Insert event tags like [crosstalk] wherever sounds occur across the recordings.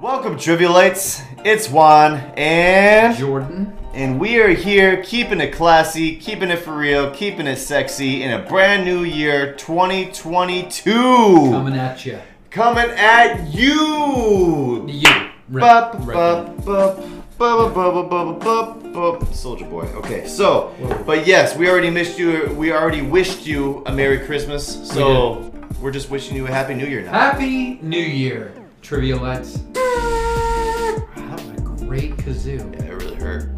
Welcome, Trivialites. It's Juan and Jordan. and we are here keeping it classy, keeping it for real, keeping it sexy in a brand new year, 2022, coming, Coming at you. at you. You. Right. Bup, Right. bup, bup, bup, bup, bup, bup, bup, bup. Soldier boy. Okay, so, but yes, we already missed you. We already wished you a Merry Christmas. So we're just wishing you a Happy New Year now. Happy New Year, Trivialettes. That was a great kazoo. Yeah, it really hurt.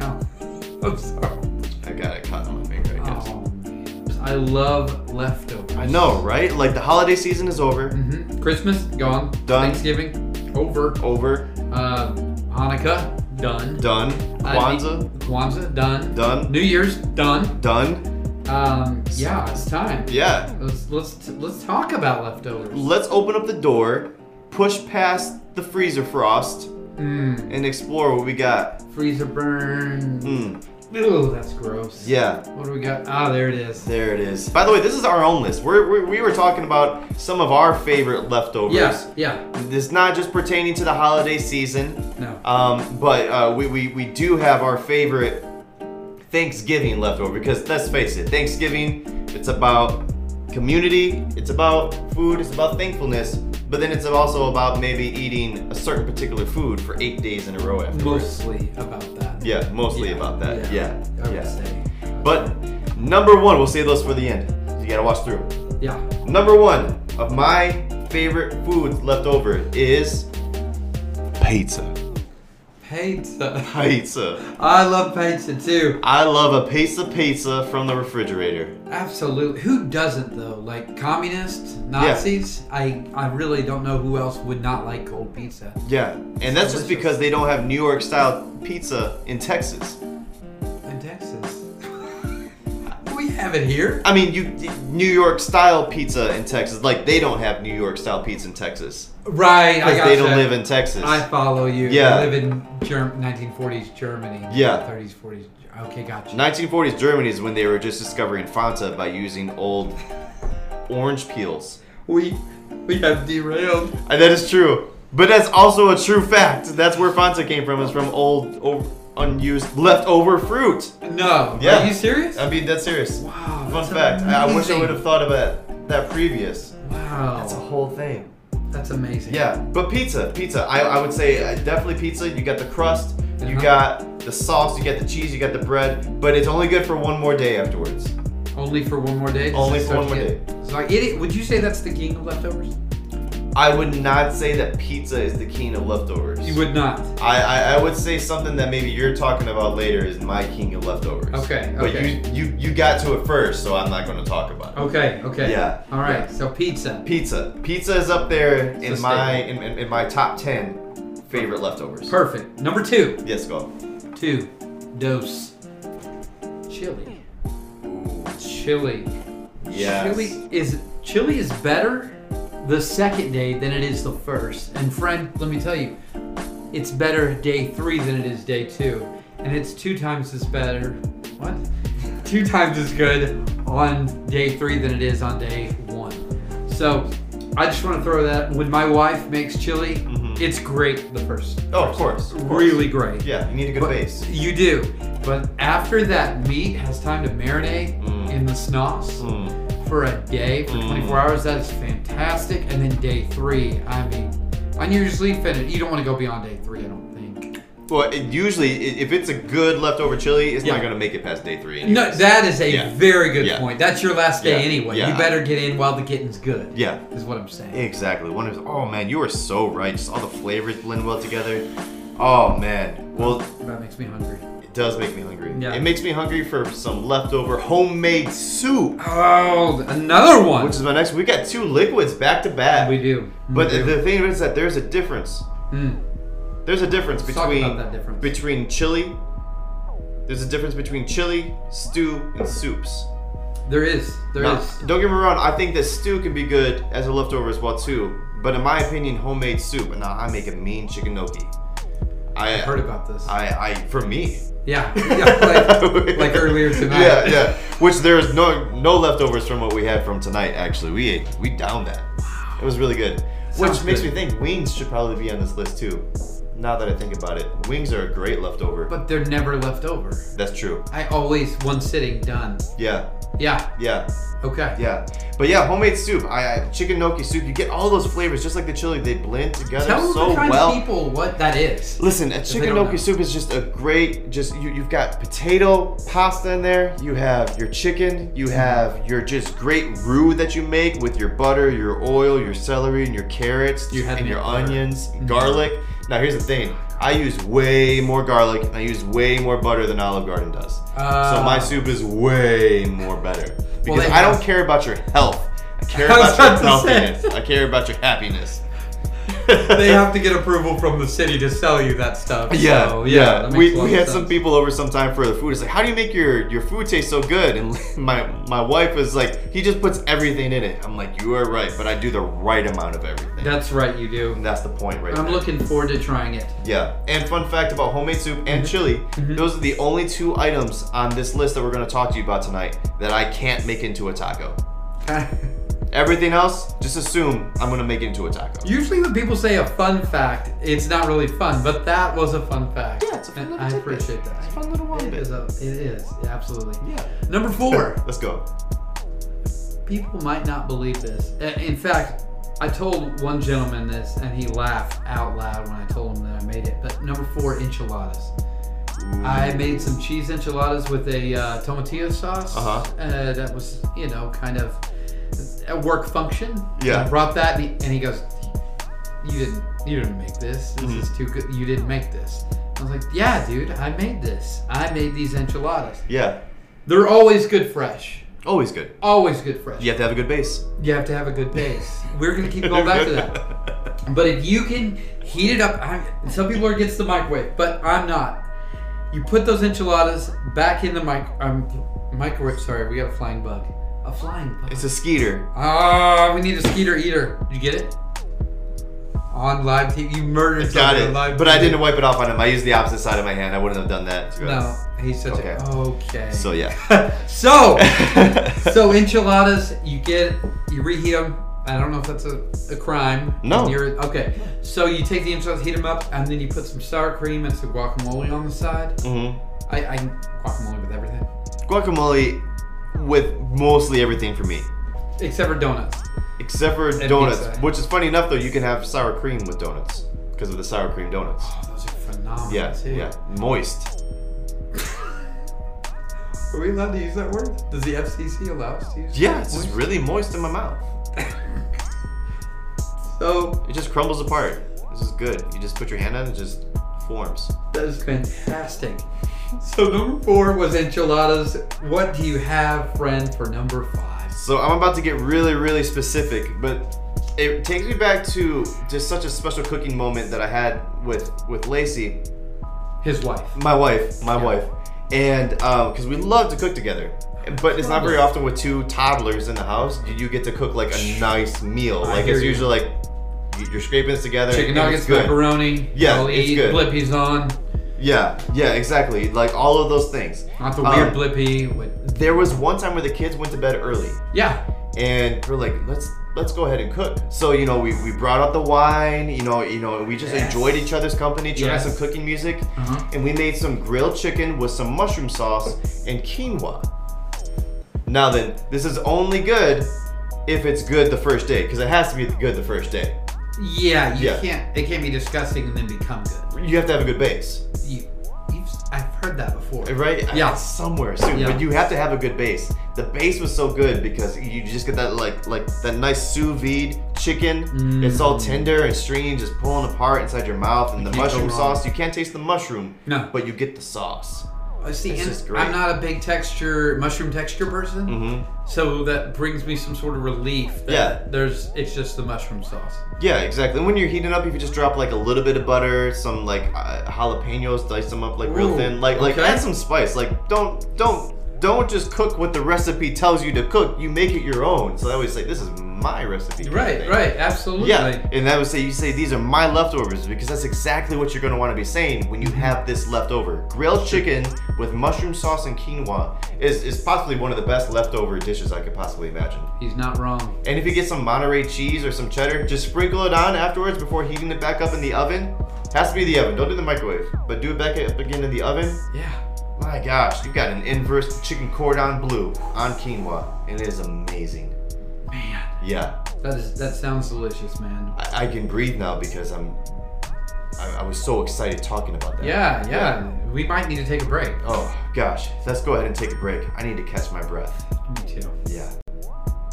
Oh, [laughs] I'm sorry. I got it caught on my finger. I guess. Oh, man. I love leftovers. I know, right? Like the holiday season is over. hmm Christmas gone. Done. Thanksgiving over. Over. Uh, Hanukkah done. Done. I Kwanzaa. mean, Kwanzaa done. Done. New Year's done. Done. Um, yeah, it's time. Yeah. Let's let's let's talk about leftovers. Let's open up the door, push past the freezer frost, Mmm, and explore what we got. freezer burn. Mm. Ooh, that's gross. Yeah. What do we got? Ah, there it is. There it is. By the way, this is our own list. We're, we we were talking about some of our favorite leftovers. Yes. Yeah. It's not just pertaining to the holiday season, No. um, but uh, we, we, we do have our favorite Thanksgiving leftover because let's face it, Thanksgiving, it's about community, it's about food, it's about thankfulness, but then it's also about maybe eating a certain particular food for eight days in a row afterwards. Mostly about that. Yeah, mostly Yeah. about that. Yeah. I would yeah. say. But number one, we'll save those for the end. You gotta watch through. Yeah. Number one of my favorite foods left over is pizza. Pizza. Pizza. [laughs] I love pizza too. I love a piece of pizza from the refrigerator. Absolutely. Who doesn't though? Like communists, Nazis. I I really don't know who else would not like cold pizza. Yeah, and that's just Delicious. because they don't have New York style pizza in Texas. In Texas. [laughs] we have it here. I mean, you New York style pizza in Texas, like they don't have New York style pizza in Texas Right. I because gotcha. they don't live in Texas. I follow you. Yeah. I live in Germ- 1940s Germany. Yeah. 30s, 40s. Okay, gotcha. 1940s Germany is when they were just discovering Fanta by using old orange peels. We we have derailed. Uh, That is true. But that's also a true fact. That's where Fanta came from, is from old, over, unused, leftover fruit. No. Yeah. Are you serious? I mean, that's serious. wow. Fun that's fact. I, I wish I amazing. would have thought about that previous. Wow. That's That's, a whole thing. amazing. Yeah, but pizza, pizza. I, I would say uh, definitely pizza. You got the crust, you Uh-huh. got the sauce, you got the cheese, you got the bread, but it's only good for one more day afterwards. Only for one more day. Does Only that for start one more to get- So I eat it. Would you say that's the king of leftovers? I would not say that pizza is the king of leftovers. You would not. I, I, I would say something that maybe you're talking about later is my king of leftovers. Okay, But okay. you, you you got to it first, so I'm not going to talk about it. Okay. Okay. Yeah, All right. So pizza. Pizza. Pizza is up there It's in a my in, in, in my top ten favorite leftovers. Perfect. Number two. Yes, go. Two. Dose. Chili. Chili. Yes. Chili is chili is better the second day than it is the first. And friend, let me tell you, it's better day three than it is day two, and it's two times as better. What? two times as good on day three than it is on day one. So I just want to throw that when my wife makes chili, Mhm. it's great the first. Oh, of course. of course. Really great. Yeah, you need a good But base. You do. But after that meat has time to marinate Mm. in the snauce Mm. for a day, for 24 hours, that is fantastic. And then day three, I mean, I'm usually finished. You don't want to go beyond day three, I don't think. Well, it, usually i- if it's a good leftover chili, it's not Yeah. going to make it past day three. No, anyways. that is a Yeah. very good Yeah. point. That's your last day Yeah. anyway. Yeah. You better get in while the getting's good. Yeah. Is what I'm saying. Exactly. One is oh man, you are so right. Just all the flavors blend well together. Oh man. Well, that makes me hungry. It does make me hungry. Yeah. It makes me hungry for some leftover homemade soup, Oh, another one. which is my next. We got two liquids back to back. we do. But we the, do. the thing is that there's a difference. Mm. There's a difference Let's talk between about that difference. between chili. There's a difference between chili, stew, and soups. there is. There Now, is. Don't get me wrong. I think that stew can be good as a leftover as well too. But in my opinion, homemade soup. And now I make a mean chicken gnocchi. I I heard about this. I I for me. yeah. [laughs] yeah like, [laughs] like earlier tonight. Yeah, yeah. Which there's no no leftovers from what we had from tonight. Actually, we ate, we downed that. It was really good. Which Sounds makes good. me think wings should probably be on this list too. Now that I think about it, wings are a great leftover. But they're never left over. That's true. I always one sitting done. Yeah, Yeah. yeah, Okay. yeah. But yeah, homemade soup. I, I chicken gnocchi soup. You get all those flavors just like the chili. They blend together Tell so the kind well. of people what that is. Listen, a they chicken don't know. gnocchi soup is just a great. Just you, you've got potato pasta in there. You have your chicken. Mm-hmm. You have your just great roux that you make with your butter, your oil, your celery, and your carrots, You had and me your at butter. Mm-hmm. onions, and garlic. Now here's the thing. I use way more garlic and I use way more butter than Olive Garden does. so Ah. my soup is way more better because they I don't have- care about your health. [laughs] I care I was about your about to say. healthiness. I care about your happiness. [laughs] they have to get approval from the city to sell you that stuff. Yeah, so, yeah. that makes We, a lot we of had some sense. people over sometime for the food. It's like, how do you make your your food taste so good? And [laughs] my my wife is like, he just puts everything in it. I'm like, you are right, but I do the right amount of everything. That's right, you do. and that's the point, right? I'm there. looking forward to trying [laughs] it. Yeah. And fun fact about homemade soup and chili, Mhm. those are the only two items on this list that we're gonna talk to you about tonight that I can't make into a taco. Everything else, just assume I'm gonna make into a taco. Usually when people say a fun fact, it's not really fun, but that was a fun fact. Yeah, it's a fun And little I tidbit. appreciate that. It's a fun little one It bit. is, a, it is, absolutely. Yeah. Number four. Let's go. People might not believe this. Uh, In fact, I told one gentleman this and he laughed out loud when I told him that I made it. But number four, enchiladas. I made some cheese enchiladas with a uh, tomatillo sauce Uh-huh. uh, that was, you know, kind of a work function. Yeah. And I brought that and he, and he goes, "You didn't, you didn't make this. This Mm-hmm. is too good. You didn't make this." I was like, "Yeah, dude, I made this. I made these enchiladas. Yeah. They're always good fresh. Always good. Always good fresh. You have to have a good [laughs] base. You have to have a good base. We're gonna keep going back to [laughs] that. But if you can heat it up, I'm, some people are against the microwave, but I'm not. You put those enchiladas back in the mic, um, microwave. Sorry, we got a flying bug. A flying bug. It's a skeeter. Ah, we need a skeeter eater. Did you get it? On live TV, you Got murdered somebody it. on live But I TV. didn't wipe it off on him. I used the opposite side of my hand. I wouldn't have done that. No, he's such Okay. a okay. So yeah. [laughs] [laughs] so, so enchiladas, you get, you reheat them. I don't know if that's a, a crime. No. You're, okay. So you take the enchiladas, heat them up, and then you put some sour cream and some guacamole on the side. hmm I, I can guacamole with everything, Guacamole with mostly everything for me, except for donuts. except for And donuts. pizza. Which is funny enough though. You can have sour cream with donuts because of the sour cream donuts. Oh, those are phenomenal. Yeah. too. Yeah. Moist. [laughs] Are we allowed to use that word? Does the FCC allow us to use? Yeah. that It's word? just really moist in my mouth. so It just crumbles apart. This is good. You just put your hand on it. it Just forms. that is fantastic. So number four was enchiladas. What do you have, friend, for number five? So I'm about to get really, really specific, but it takes me back to just such a special cooking moment that I had with with Lacey, His wife. my wife, my Yeah. wife, and because we love to cook together. But it's not very often with two toddlers in the house. You, you get to cook like a nice meal. I Like hear it's you. usually like you- you're scraping this together. Chicken and it's nuggets, good. pepperoni. Yeah, I'll it's eat good. blippies on. Yeah, yeah, exactly. Like all of those things. Not the Um, weird blippy with. There was one time where the kids went to bed early, Yeah. and we're like, let's let's go ahead and cook. So you know, we, we brought out the wine. You know, you know, we just Yes. enjoyed each other's company, tried Yes. some cooking music, Uh-huh. and we made some grilled chicken with some mushroom sauce and quinoa. Now then, this is only good if it's good the first day, because it has to be good the first day. Yeah, you Yeah. can't. It can't be disgusting and then become good. You have to have a good base, You, you've, I've heard that before. right? I- Yeah. somewhere soon, Yeah. but you have to have a good base. The base was so good because you just get that like like that nice sous vide chicken. It's all Mm. tender and stringy, just pulling apart inside your mouth, and the can't go mushroom wrong. Mm. sauce. You can't taste the mushroom, No. but you get the sauce. I see, It's and just great. I'm not a big texture mushroom texture person, Mm-hmm. so that brings me some sort of relief. That Yeah. There's. It's just the mushroom sauce. Yeah, exactly. And when you're heating up, you could just drop like a little bit of butter, some like uh, jalapenos, dice them up like real Ooh, thin, like like okay. add some spice. Like don't don't don't just cook what the recipe tells you to cook. You make it your own. So I always say this is my recipe. kind of Right, thing. right, absolutely. Yeah, and that would say you say these are my leftovers because that's exactly what you're going to want to be saying when you have this leftover. Grilled chicken with mushroom sauce and quinoa is, is possibly one of the best leftover dishes I could possibly imagine. He's not wrong. And if you get some Monterey cheese or some cheddar, just sprinkle it on afterwards before heating it back up in the oven. Has to be the oven. Don't do the microwave, but do it back up again in the oven. Yeah. My gosh, you got an inverse chicken cordon bleu on quinoa, and it is amazing. Man. Yeah, That is that sounds delicious, man. I, I can breathe now because I'm. I, I was so excited talking about that. Yeah, yeah. We might need to take a break. Oh gosh, let's go ahead and take a break. I need to catch my breath. Me too. Yeah.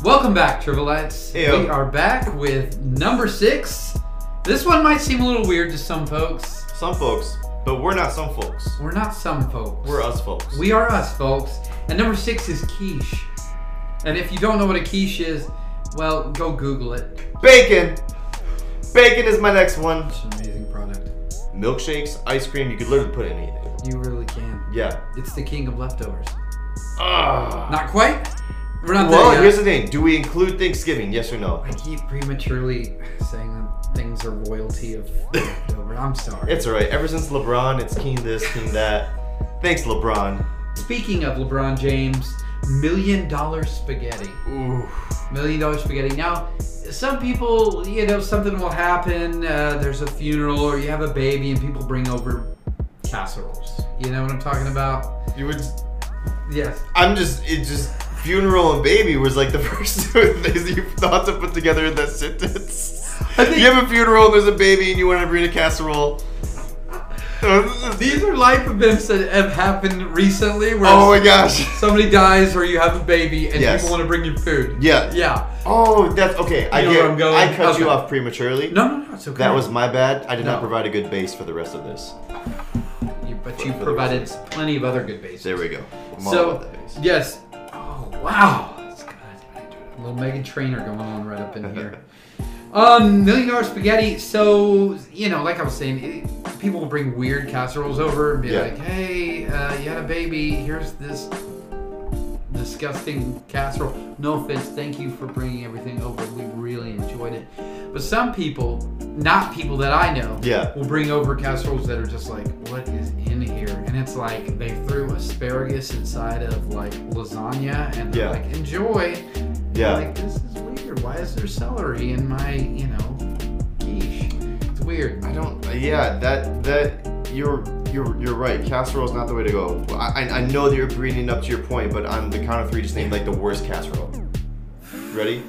Welcome back, Trivalettes. Heyo. We are back with number six. This one might seem a little weird to some folks. Some folks, but we're not some folks. We're not some folks. We're us folks. We are us, folks. And number six is quiche. And if you don't know what a quiche is, well, go Google it. bacon. Bacon is my next one. It's an amazing product. Milkshakes, ice cream. You could literally put anything. You really can. Yeah. It's the king of leftovers. Ah. Not quite. We're not well, there yet. here's the thing. Do we include Thanksgiving? Yes or no? I keep prematurely saying that things are royalty of leftover. I'm sorry. It's alright. Ever since LeBron, it's king this, king that. Thanks, LeBron. Speaking of LeBron James, million dollar spaghetti. Ooh. Million dollar spaghetti. Now, some people, you know, something will happen. Uh, there's a funeral or you have a baby and people bring over casseroles. You know what I'm talking about? You would. Yes. I'm just it just funeral and baby was like the [laughs] first two things that you thought to put together in that sentence. I think- you have a funeral and there's a baby and you want to bring a [laughs] casserole. These are life events that have happened recently where oh my gosh. somebody dies or you have a baby and Yes. people want to bring you food. Yeah. Yeah. Oh, that's okay. I You know get. where I'm going? I cut you Okay. off prematurely. No, no, no, it's okay. That was my bad. I did No. not provide a good base for the rest of this. You, but you for the provided plenty of other good bases. There we go. I'm all So, about that base. yes. Oh, wow. That's good. A little Megan Trainer going on right up in [laughs] here. um, million dollar spaghetti. So, you know, like I was saying, it, people will bring weird casseroles over and be Yeah. like, hey, uh, you had a baby. Here's this disgusting casserole. No offense. Thank you for bringing everything over. We really enjoyed it. But some people, not people that I know, Yeah. will bring over casseroles that are just like, what is in here? And it's like they threw asparagus inside of like lasagna and they're Yeah. like, enjoy. Yeah. Like, this is weird. Why is there celery in my, you know, quiche? It's weird. I don't. Yeah, that that you're you're you're right. Casserole's not the way to go. I I I know that you're bringing up to your point, but on the count of three, just name like the worst casserole. Ready?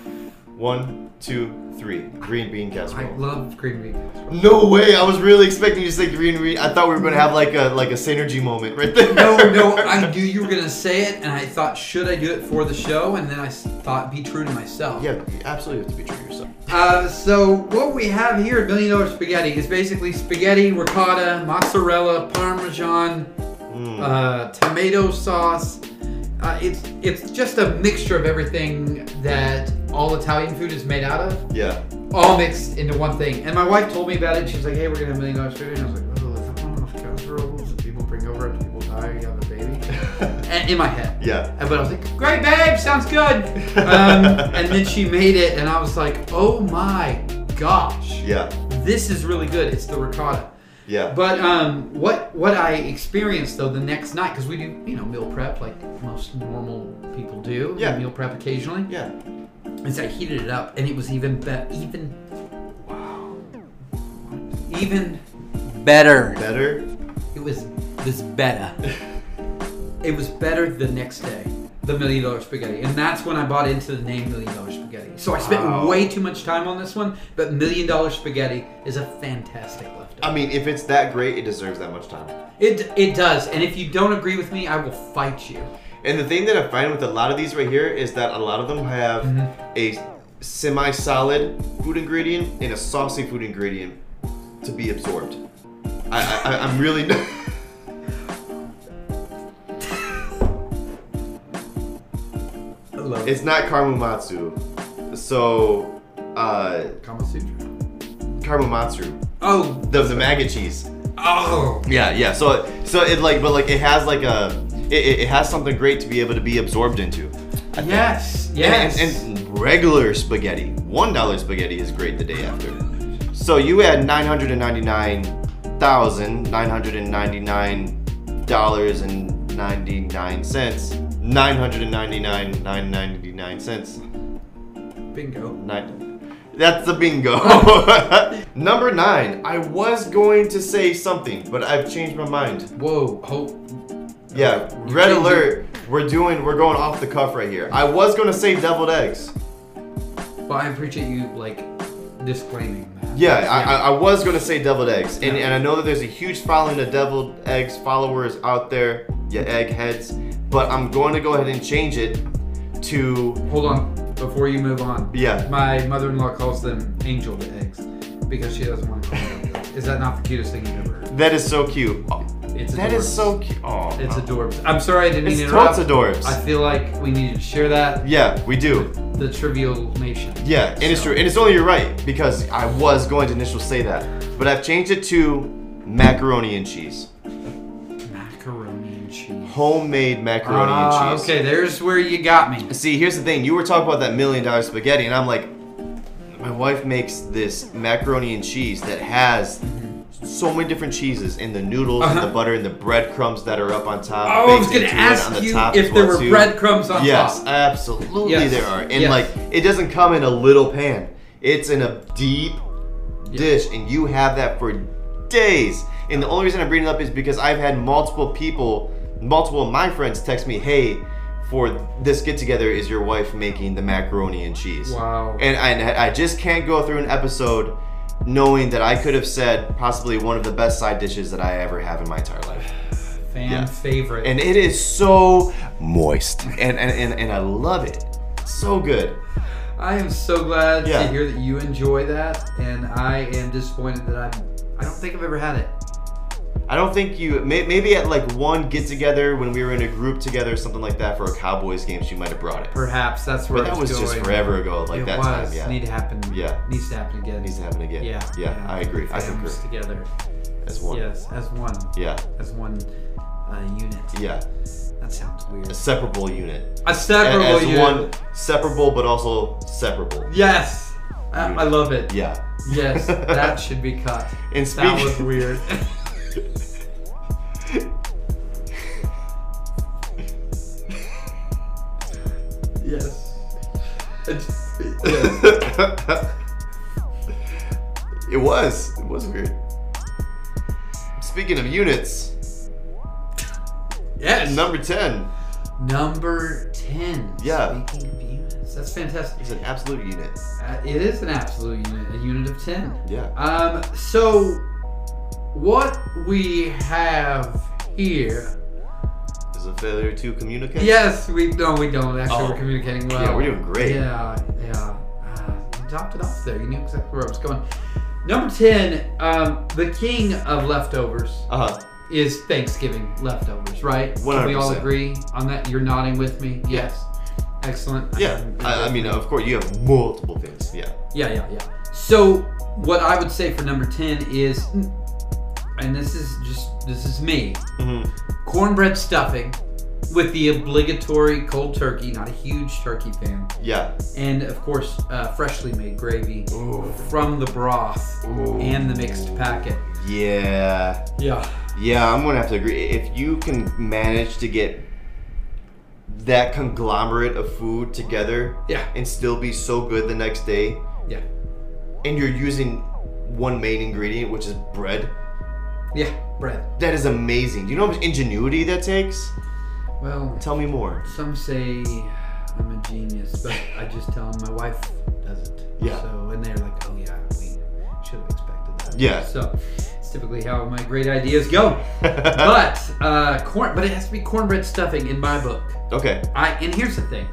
One, two, three. Green bean I casserole. love green bean casserole. No way! I was really expecting you to say green bean. I thought we were gonna have like a like a synergy moment right there. No, [laughs] no, I knew you were going to say it and I thought, should I do it for the show? And then I s- thought, be true to myself. Yeah, you absolutely have to be true to yourself. Uh, so what we have here at Million Dollar Spaghetti is basically spaghetti, ricotta, mozzarella, parmesan, Mm. uh, tomato sauce. Uh, it's it's just a mixture of everything that all Italian food is made out of, yeah. [laughs] all mixed into one thing. And my wife told me about it. She's like, "Hey, we're gonna have Million Dollar Spaghetti." And I was like, "Oh, is that one of those casseroles that people bring over after people die? You have a baby?" [laughs] And in my head. yeah. And- But I was like, great, babe, sounds good. Um, and then she made it, and I was like, oh my gosh, Yeah. this is really good. It's the ricotta. Yeah. But um, what what I experienced though the next night, because we do you know meal prep like most normal people do, Yeah. meal prep occasionally, yeah. is I heated it up, and it was even better, even wow, even better. Better. It was [laughs] this better. it was better the next day. The million dollar spaghetti, and that's when I bought into the name million dollar spaghetti. So I spent Wow. way too much time on this one, but million dollar spaghetti is a fantastic leftover. I mean, if it's that great, it deserves that much time. It it does, and if you don't agree with me, I will fight you. And the thing that I find with a lot of these right here is that a lot of them have a semi-solid food ingredient and a saucy food ingredient to be absorbed. I, I, I- I'm really. [laughs] I love it's not karmumatsu, so uh, Kama Sutra. karmumatsu, Oh, the the maggot cheese. oh, Yeah, yeah. So so it like, but like it has like a, it, it- it has something great to be able to be absorbed into. I think. yes, And- yes. And, and regular spaghetti, one dollar spaghetti is great the day after. So you had nine hundred and ninety nine thousand nine hundred and ninety nine dollars and ninety nine cents. Nine hundred and ninety nine nine ninety nine cents. Bingo. Nine. That's the bingo. [laughs] Number nine. I was going to say something, but I've changed my mind. Whoa. Oh, Yeah, You red changed alert. We're doing. We're going off the cuff right here. I was gonna say deviled eggs. but I appreciate you like disclaiming that. Yeah, I, I, I was gonna say deviled eggs, and, Yeah. and I know that there's a huge following of deviled eggs followers out there, you eggheads. But I'm going to go ahead and change it to Hold on, before you move on. yeah. My mother-in-law calls them angel eggs because she doesn't want to call them. Is that not the cutest thing you've ever heard? That is so cute. Oh, It's that is adorbs. so cute. Oh, It's adorbs. I'm sorry I didn't mean to It's interrupt. totes adorbs. I feel like we needed to share that. yeah, we do. The trivial nation. Yeah, and it's So- true. And it's only you're right because I was going to initially say that, but I've changed it to macaroni and cheese, Macaroni and cheese. homemade macaroni Ah, and cheese. okay, there's where you got me. See, here's the thing. You were talking about that million dollar spaghetti, and I'm like, my wife makes this macaroni and cheese that has so many different cheeses and the noodles and the Uh-huh. butter and the breadcrums that are up on top. Oh, I was baked gonna into it ask on the you top as if there well, were too. breadcrumbs on Yes, top. absolutely Yes. there are. And Yes. like it doesn't come in a little pan. It's in a deep dish and you have that for days. And the only reason I'm bringing it up is because I've had multiple people, multiple of my friends text me, "Hey, for this get together is your wife making the macaroni and cheese." Wow. And I, I just can't go through an episode knowing that I could have said possibly one of the best side dishes that I ever have in my entire life Fan yeah. favorite. and it is so moist and and, and, and i love it so good I am so glad Yeah. to hear that you enjoy that, and I am disappointed that I'm. I don't think I've ever had it. i don't think you may, maybe at like one get together when we were in a group together or something like that for a cowboys game she might have brought it Perhaps that's where but that was it's going. just forever ago like it that was. time yeah Need to happen. Yeah. Needs to happen again. needs to happen again Yeah. yeah, i agree i Families concur together. as one Yes, as one. yeah As one uh, unit. yeah That sounds weird. a separable unit A A- separable as unit. one separable but also separable Yes. I, I love it. yeah Yes, that should be cut. And that speak- was weird. [laughs] [laughs] yes. It's, yes. [laughs] it was. It was weird. Speaking of units, Yes. number 10 Number 10. Yeah. Speaking of units. That's fantastic. is an absolute unit. Uh, It is an absolute unit, a unit of 10. Yeah. Um, so what we have here. Is a failure to communicate. Yes, we no, we don't. Actually, Oh. we're communicating well. Yeah, we're doing great. Yeah, yeah. Uh, you dropped it off there. You knew exactly where I was going. Number ten, um, the king of leftovers Uh huh. is Thanksgiving leftovers, right? Can We all 100%. agree on that. You're nodding with me. Yes. Excellent. Yeah. am- I, I mean, of course, you have multiple things. Yeah. yeah, yeah, yeah. So what I would say for number ten is, and this is just this is me Mm-hmm. cornbread stuffing with the obligatory cold turkey. Not a huge turkey fan, Yeah. and of course, uh, freshly made gravy Ooh. from the broth Ooh. and the mixed packet. Yeah. Yeah. Yeah, I'm gonna have to agree. If you can manage to get that conglomerate of food together Yeah. and still be so good the next day, Yeah. and you're using one main ingredient, which is bread. Yeah. Bread. That is amazing. Do you know how much ingenuity that takes? Well, Tell me more. some say I'm a genius, but I just tell them my wife doesn't. Yeah. So and they're like, oh yeah, we should have expected that. Yeah. So it's typically how my great ideas go. but uh, corn, but it has to be cornbread stuffing in my book. [laughs] okay. I and here's the thing,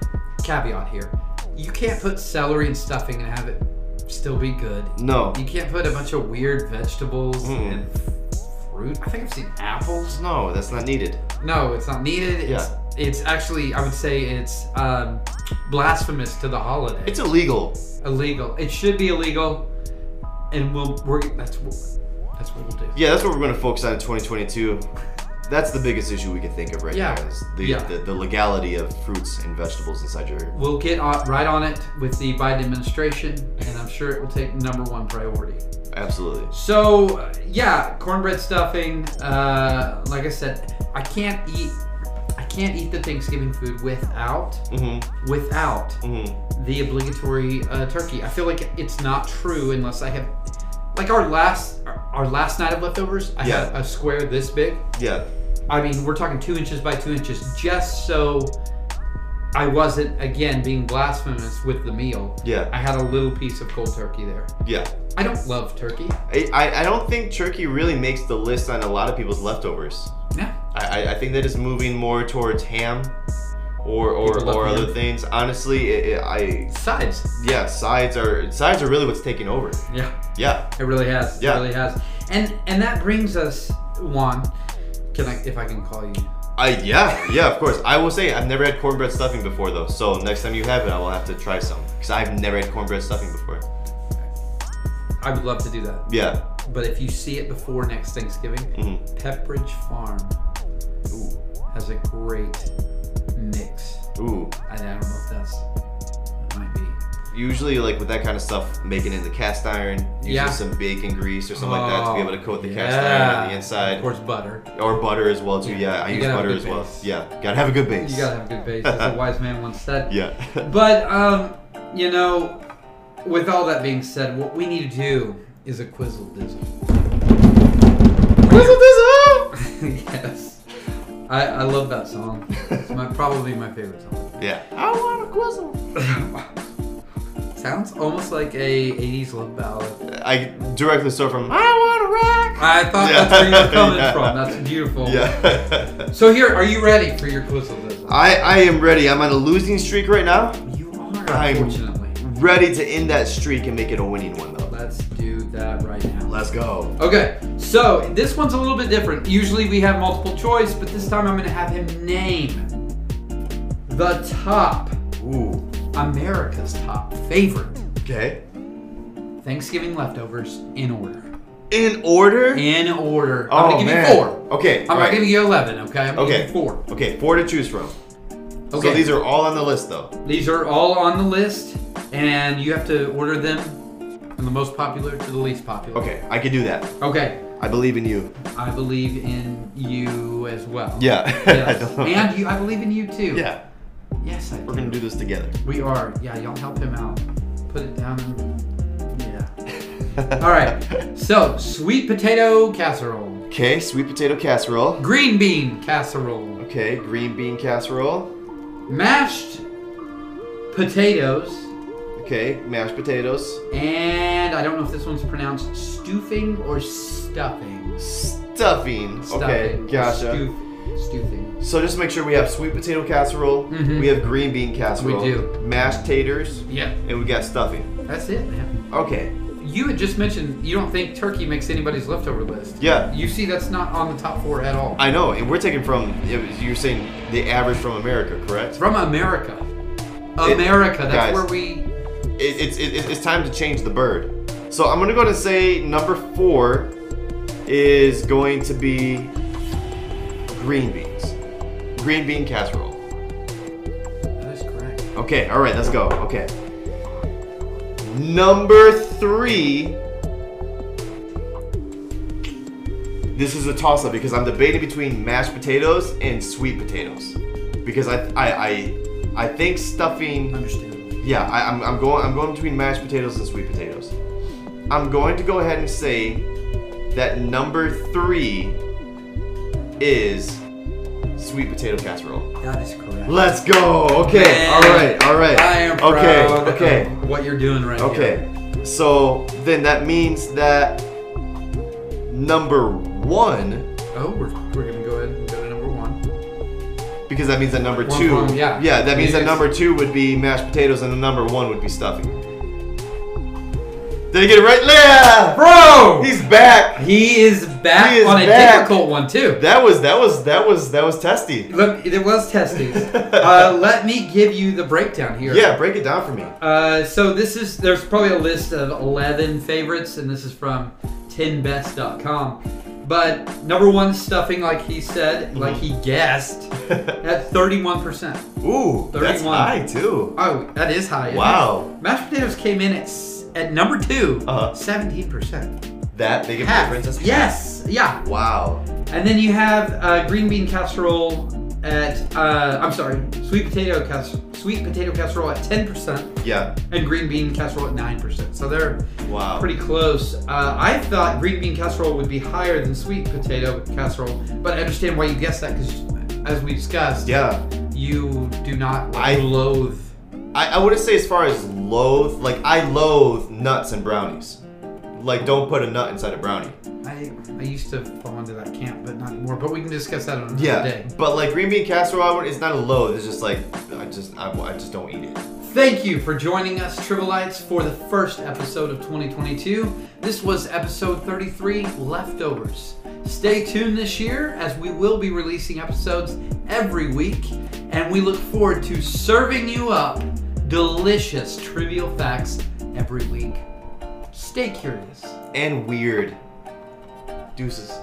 caveat here. You can't put celery and stuffing and have it still be good. No. You can't put a bunch of weird vegetables Mm-mm. and f- fruit. I think I've seen apples. No, that's not needed. No, it's not needed. It's, Yeah. it's actually I would say it's um, blasphemous to the holiday. It's illegal. illegal. It should be illegal, and we'll we're that's what that's what we'll do. Yeah, that's what we're gonna focus on in 2022. that's the biggest issue we can think of right Yeah. now is the, Yeah. the, the legality of fruits and vegetables inside your. We'll get on, right on it with the Biden administration, and I'm sure it will take number one priority. Absolutely. So, uh, yeah, cornbread stuffing. Uh, like I said, I can't eat. I can't eat the Thanksgiving food without Mm-hmm. without Mm-hmm. the obligatory uh, turkey. I feel like it's not true unless I have like our last our our last night of leftovers. I Yeah. had a square this big. Yeah. I mean, we're talking two inches by two inches, just so I wasn't again being blasphemous with the meal. Yeah. I had a little piece of cold turkey there. Yeah. I don't love turkey. I, I, I don't think turkey really makes the list on a lot of people's leftovers. No. I, I- I think that is moving more towards ham or or, People love or ham. other things. Honestly, it, it, I Sides. yeah, sides are sides are really what's taking over. Yeah. Yeah. It really has. Yeah. It really has. And and that brings us Juan. Can I if I can call you? I yeah, yeah, of course. I will say I've never had cornbread stuffing before though. So next time you have it, I will have to try some cuz I've never had cornbread stuffing before. I would love to do that. Yeah. But if you see it before next Thanksgiving, Mhm. Pepperidge Farm has a great mix. Ooh. I I don't know if that's it might be. Usually like with that kind of stuff, making it in the cast iron, using Yeah. some bacon grease or something like that to be Oh, able to coat the cast iron on yeah. the Of inside course, butter. or butter as well too. Yeah, I You use gotta have a butter good as well. base. Yeah. Got to have a good base. You gotta have good base, [laughs] as a wise man once said. [laughs] Yeah. But um, you know, with all that being said, what we need to do is a quizzle dizzle. [laughs] yes, I, I love that song. It's my probably my favorite song. [laughs] Yeah. I want a quizzle. [laughs] Sounds almost like a '80s love ballad. I directly stole from I want a rock. I thought Yeah. [laughs] that's where you were coming Yeah. from. That's beautiful. [laughs] Yeah. So here, are you ready for your quizzle dizzle? I, I am ready. I'm on a losing streak right now. You are, I'm- unfortunately. Ready to end that streak and make it a winning one though. Let's do that right now. Let's go. Okay, so this one's a little bit different. Usually we have multiple choice, but this time I'm gonna have him name the top Ooh. America's top favorite Okay. Thanksgiving leftovers in order. In order. In order. oh I'm gonna give man. you four. Okay. I'm alright. not giving you eleven, okay? I'm gonna give Okay. you four. Okay. Four to choose from. Okay. So these are all on the list though. These are all on the list, and you have to order them from the most popular to the least popular. Okay. I can do that. Okay. I believe in you. I believe in you as well. Yeah. [laughs] Yes. I don't- and you, I believe in you too. yeah. Yes, I We're gonna do this together. We are. Yeah, y'all help him out. Put it down. Yeah. [laughs] [laughs] All right. So, sweet potato casserole, Okay. Sweet potato casserole. green bean casserole, Okay. Green bean casserole. mashed potatoes, Okay. Mashed potatoes. and I don't know if this one's pronounced stoofing or stuffing. Stuffing. Okay, Stuffing. gotcha. Stoof, stoofing. So just make sure we have sweet potato casserole, Mhm. we have green bean casserole, We do. mashed taters, Yeah, and we got stuffing. that's it, man. Okay. You had just mentioned you don't think turkey makes anybody's leftover list. Yeah, You see, that's not on the top four at all. I know. And we're taking from it was- you're saying the average from America, correct? From America. America. that's guys. where we. It, it's it, it's time to change the bird. So I'm gonna go to say number four is going to be green beans, green bean casserole. That is correct. Okay, all right, let's go. Okay. Number three. This is a toss up because I'm debating between mashed potatoes and sweet potatoes. Because I, I, I, I think stuffing. Understandable. Yeah, I, I'm, I'm going. I'm going between mashed potatoes and sweet potatoes. I'm going to go ahead and say that number three is sweet potato casserole. That is correct. Let's go. Okay. Man, all right. All right. I am proud okay. of okay. what you're doing right here. Okay. So then that means that number one, Oh, we're, we're gonna go ahead and go to number one. because that means that number One two, for 'em, that yeah. means Yeah, that it's- number two would be mashed potatoes, and the number one would be stuffing. Did I get it right? Yeah. Bro! He's back. he is back He is on a back. difficult one too. That was that was that was that was testy. Look, there [laughs] was testing. uh, let me give you the breakdown here. Yeah. Break it down for me. [laughs] Uh, so this is there's probably a list of 11 favorites, and this is from 10best.com. But number one, stuffing, like he said, Mm-hmm. like he guessed, at 31%. Ooh, that's 31. high too. Oh, that is high. isn't it? Wow, Mashed potatoes came in at, s- at number two, Uh-huh. 17%. that big of a Half. difference. That's half. Yes, yeah. Wow. And then you have uh, green bean casserole at, uh, I'm sorry, sweet potato cas- sweet potato casserole at 10%, Yeah. and green bean casserole at 9%. So they're Wow. pretty close. Uh, I thought green bean casserole would be higher than sweet potato casserole, but I understand why you guessed that because, as we discussed, Yeah. you do not I- like, loathe. I, I wouldn't say as far as loathe, like I loathe nuts and brownies. Like don't put a nut inside a brownie. I, I used to fall into that camp, but not anymore. But we can discuss that on another Yeah. day. But like green bean casserole, I would- it's not a loathe. It's just like I just I, I just don't eat it. Thank you for joining us, Tribalites, for the first episode of 2022. This was episode 33 Leftovers. Stay tuned this year as we will be releasing episodes every week, and we look forward to serving you up delicious trivial facts every week. Stay curious. And weird. Deuces.